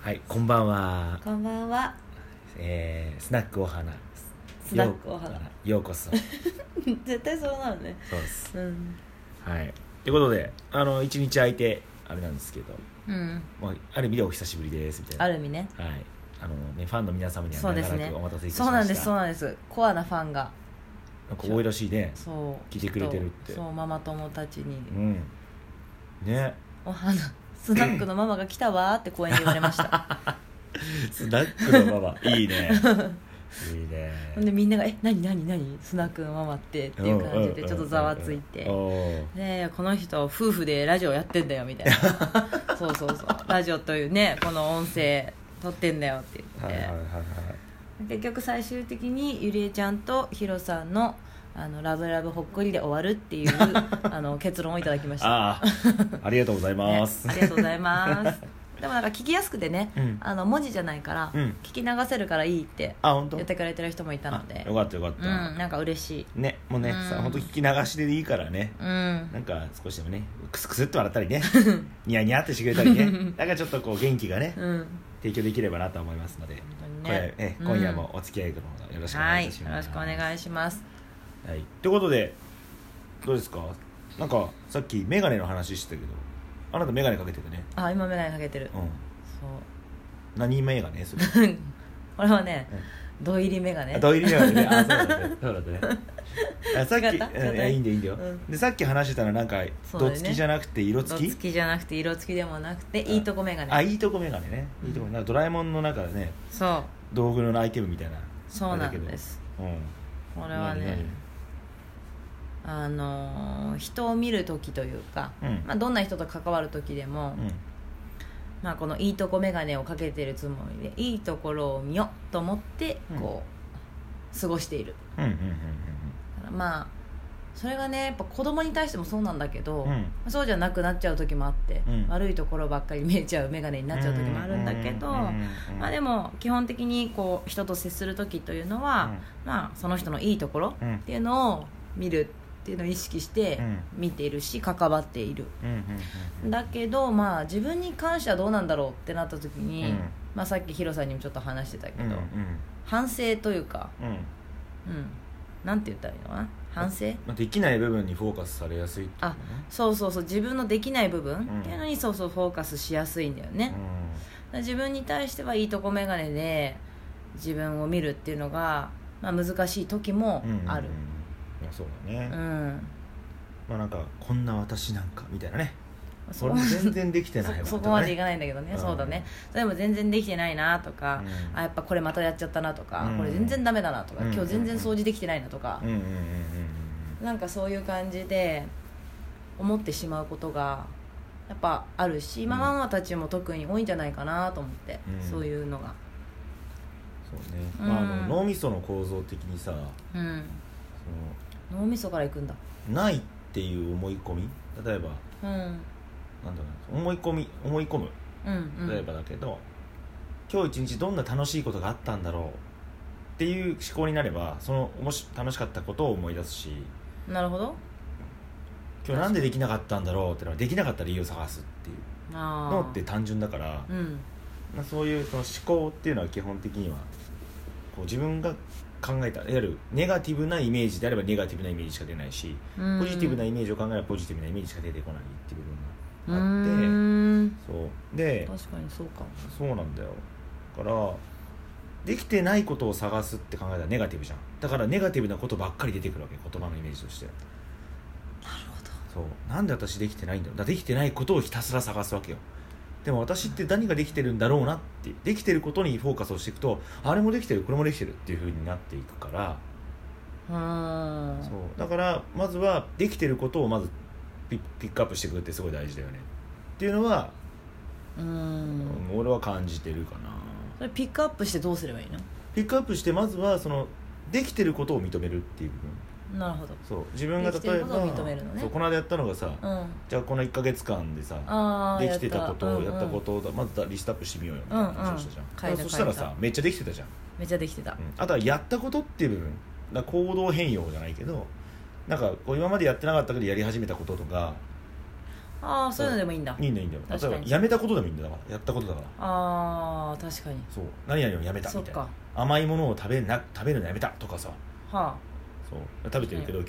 はい、こんばんは。こんばんは。えー、スナックお花。スナックお花よう。ようこそ。絶対そうなのね。そうです。うん。はい。ということで、あの一日空いてあれなんですけど、うん。まあある意味でお久しぶりですみたいな。ある意味ね。はい。あのねファンの皆様にはそうです長らねくお待たせいたしました。そうなんです、そうなんです。コアなファンが。なんか多いらしいね。そう。聞いてくれてるってきっとそう、ママ友たちにう。ん。ね。お花。スナックのママが来たわーって公園で言われました。 スナックのマ マ。いい ね。いいね。ほんでみんなが「え何何何スナックのママって」っていう感じでちょっとざわついてうんうんうんうんおーねえこの人夫婦でラジオやってんだよみたいなそうそうそうラジオというねこの音声撮ってんだよっては言っいて、はいはいはい。結局最終的にゆりえちゃんとヒロさんのあのラブラブほっこりで終わるっ ていうあの結論をいただきました、ああ、ありがとうございね ます。ありがとうござい ますでもなんか聞きやすくてね、うんあの文字じゃないから、うん聞き流せるからいいってあ、本当。言ってくれてる人もいたのあでよかったよかっうんた、なんか嬉しいねもうね、うんさ本当聞き流しでいいからねうんなんか少しでもねクスクスって笑った りねニヤニヤってしてくれたりねなんかちょっとこう元気がねうん提供できればなと思いますので、本当にこれねえうん今夜もお付き合いの方よろしくおは願いいいよたしろましす、くお願いしますはいということでどうですかなんかさっき眼鏡の話してたけどあなた眼鏡かけてるねあ今眼鏡かけてるうんそ何眼鏡 それ、うこれはね土入り眼鏡あ土入り眼鏡ねあそうだ ねそうだねあさっき違ったうんいやいいんだよいいんだよ、うんでさっき話してたらなんか、そうだどよねつきじゃなくて色どつっきつきじゃなくて色付きでもなくていいとこ眼あ鏡いいとこメガネねいいとこなんかドラえもんの中でねそう道具のアイテムみたいなそうあれだなんけどですうんこれはねあのー人を見る時というか、うんまあ、どんな人と関わる時でも、何何まあ、このいいとこ眼鏡をかけてるつもりでいいところを見ようと思ってうんこう、過ごしているうんうんだからまあそれがねやっぱ子供に対してもそうなんだけど、うんうんうんうんそうじゃなくなっちゃう時もあって、うん悪いところばっかり見えちゃう眼鏡になっちゃう時もあるんだけど、まあ、でもも基本的にこう人と接する時というのは、まあ、その人のいいところうんうんっていうのを見るっていうのを意識してうん見ているし関わっているうんうんだけどまあ自分に関してはどうなんだろうってなった時に、うんまあ、さっきヒロさんにもちょっと話してたけうんど、うん反省というか、うんうん、なんて言ったらいいのかな反省まあできない部分にフォーカスされやすいってことねそうそうそう自分のできない部分んっていうのにそうそうフォーカスしやすいんだよね、だから自分に対してはいいとこ眼鏡で自分を見るっていうのが、まあ、難しい時もうんうんうんあるいやそうだね、うんまあなんかこんな私なんかみたいなねそ俺こも全然できてないわそそこ までいかかないんだけどね、うんそうだねそれも全然できてないなとか、ああやっぱこれまたやっちゃったなとか、うんこれ全然ダメだなとか、うん今日全然掃除できてないなとかう、んうんうんうんなんかそういう感じで思ってしまうことがやっぱあるし、まあうんママたちも特に多いんじゃないかなと思って、うんそういうのがそうね、うんまあ、あの脳みその構造的にさうんそ脳みそからいくんだのないっていう思い込み例えばうんなんだろうな思い込み思い込むうんうん例えばだけど、今日一日どんな楽しいことがあったんだろうっていう思考になればそのもし楽しかったことを思い出すしなるほど今日なんでできなかったんだろうってのはできなかった理由を探すっていうあー脳って単純だから、うんまあ、そういうその思考っていうのは基本的にはこう自分が考えたいわゆるネガティブなイメージであればネガティブなイメージしか出ないし、うんポジティブなイメージを考えればポジティブなイメージしか出てこないっていう部う分があってんそうで確かにそうかもそうなんだよだからできてないことを探すって考えたらネガティブじゃんだからネガティブなことばっかり出てくるわけ言葉のイメージとしてなるほどそうなんで私できてないんだろうだからできてないことをひたすら探すわけよでも私って何ができてるんだろうなってできてることにフォーカスをしていくとあれもできてるこれもできてるっていうふうになっていくからうんそうだからまずはできてることをまずピピックアップしていくってすごい大事だよねっていうのは、ううんん俺は感じてるかなそれピックアップしてどうすればいいのピックアップしてまずはそのできてることを認めるっていう部分なるほどそう自分が例できてえることばを認めるのねそうこの間やったのがさ、うんじゃあこの1か月間でさああできてたことをやったこととをまずリストアップしてみようよみたいな話をしたじゃん、うんうんだからそしたら書いた書さめっちゃできてたじゃん、めっちゃできてたうんあとはやったことっていう部分だから行動変容じゃないけどなんかこう今までやってなかったけどやり始めたこととかああそういうのでもいいんだいいんだいいんだよ例確かえにばやめたことでもいいんだよだからやったことだからああ確かにそう何々をやめたそみったいかな甘いものを食べな食べるのやめたとかさはあそう食べてるけど今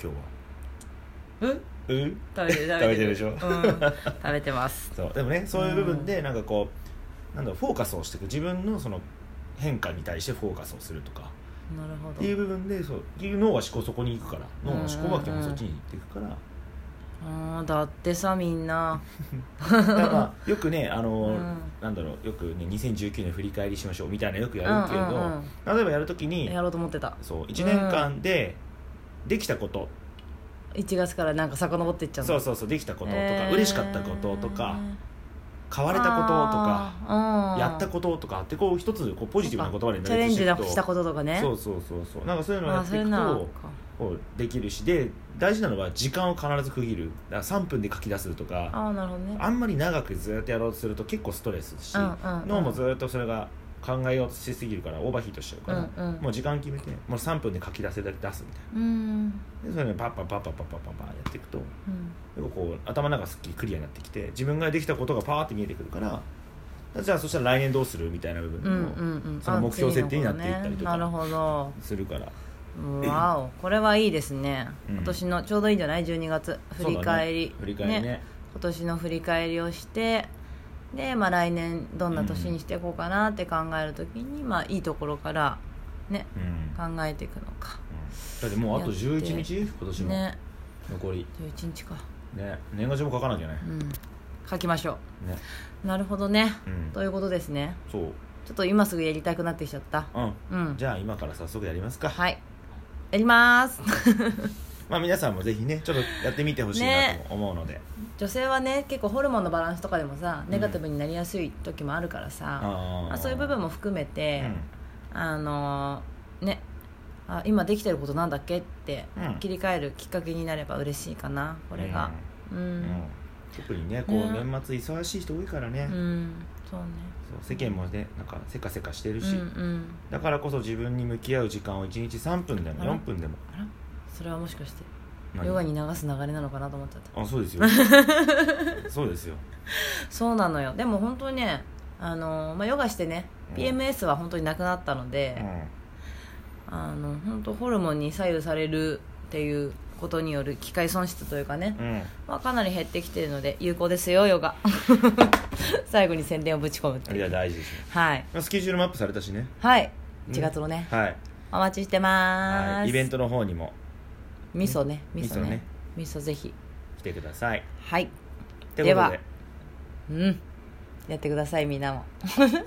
日はうんうん食べて る食べてるでしょうん食べてますそうでもねそういう部分でなんかこうなんだろうフォーカスをしていく自分のその変化に対してフォーカスをするとかなるほっどていう部分でそういう脳は思考そこに行くから脳の思考は基本そっちに行っていくからあーだってさみんなだからまあよくねあの、うんなんだろうよくね2019年振り返りしましょうみたいなよくやるけれど、うんうん例えばやるときうんにやろうと思ってたそう1年間でできたこと、 1月からなんか遡っていっちゃうのそうそうそうできたこととか、えー嬉しかったこととか買われたこととかあーうんやったこととかってこう一つこうポジティブな言葉にチャレンジいくしたこととかねそうそうそうそうなんかそういうのをやあーってそういいうくのとこうできるしで大事なのは時間を必ず区切るだから3分で書き出すとかああーなるほどねあんまり長くずっとやろうとすると結構ストレスし、うんうんうん脳もずっとそれが考えようとしすぎるからオーバーヒートしちゃうから、うんうんもう時間決めてもう3分で書き出せ出すみたいうんなでそれでパッパッパッパッパッパッパッパッやっていくとうん結構こう頭の中がすっきりクリアになってきて自分ができたことがパーって見えてくるからじゃあそしたら来年どうするみたいな部うん分うもんうんその目標設定になっていったりとかあ次のことねなるほするから、どわおこれはいいですね、うん今年のちょうどいいんじゃない12月振り返り、そうだね振り返りね今年の振り返りをしてで、まあ、来年どんな年にしていこうかなって考えるときに、まあ、いいところからねうんうん考えていくのかだってもうあとやって11日今年も、ね残り11日かね年賀状も書かなきゃねうん書きましょねうなるほどね、うんということですねそうちょっと今すぐやりたくなってきちゃったうんうんじゃあ今から早速やりますかはいやりますまあ皆さんもぜひねちょっとやってみてほしいなねと思うので、女性はね結構ホルモンのバランスとかでもさネガティブになりやすい時もあるからさ、あーまあ、そういう部分も含めうて、んあのーねあ今できてることなんだっけってうん切り替えるきっかけになれば嬉しいかなこれがうんううんん、特にねこうね年末忙しい人多いからね、そうねそう世間もねなんかせかせかしてるうし、んうんだからこそ自分に向き合う時間を1日3分でもあら4分でもあらそれはもしかして何ヨガに流す流れなのかなと思っちゃったあそう ですよそうですよそうなのよでも本当にねあのー、まあ、ヨガしてねうん PMS は本当になくなったので、うあの本当ホルモンに左右されるっていうことによる機会損失というかね、ん、うん、まあ、かなり減ってきてるので有効ですよ ヨガ最後に宣伝をぶち込むっていいうや大事ですよはいまあスケジュールもアップされたしねはいね1月のね、はい、お待ちしてます、はい、イベントの方にも味噌ね味噌味噌ねね味噌ぜひ来てくださいはいということでではうんやってくださいみんなも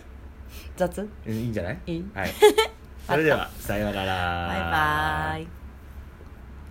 雑うんいいんじゃないいい はい、それではさようならバイバーイ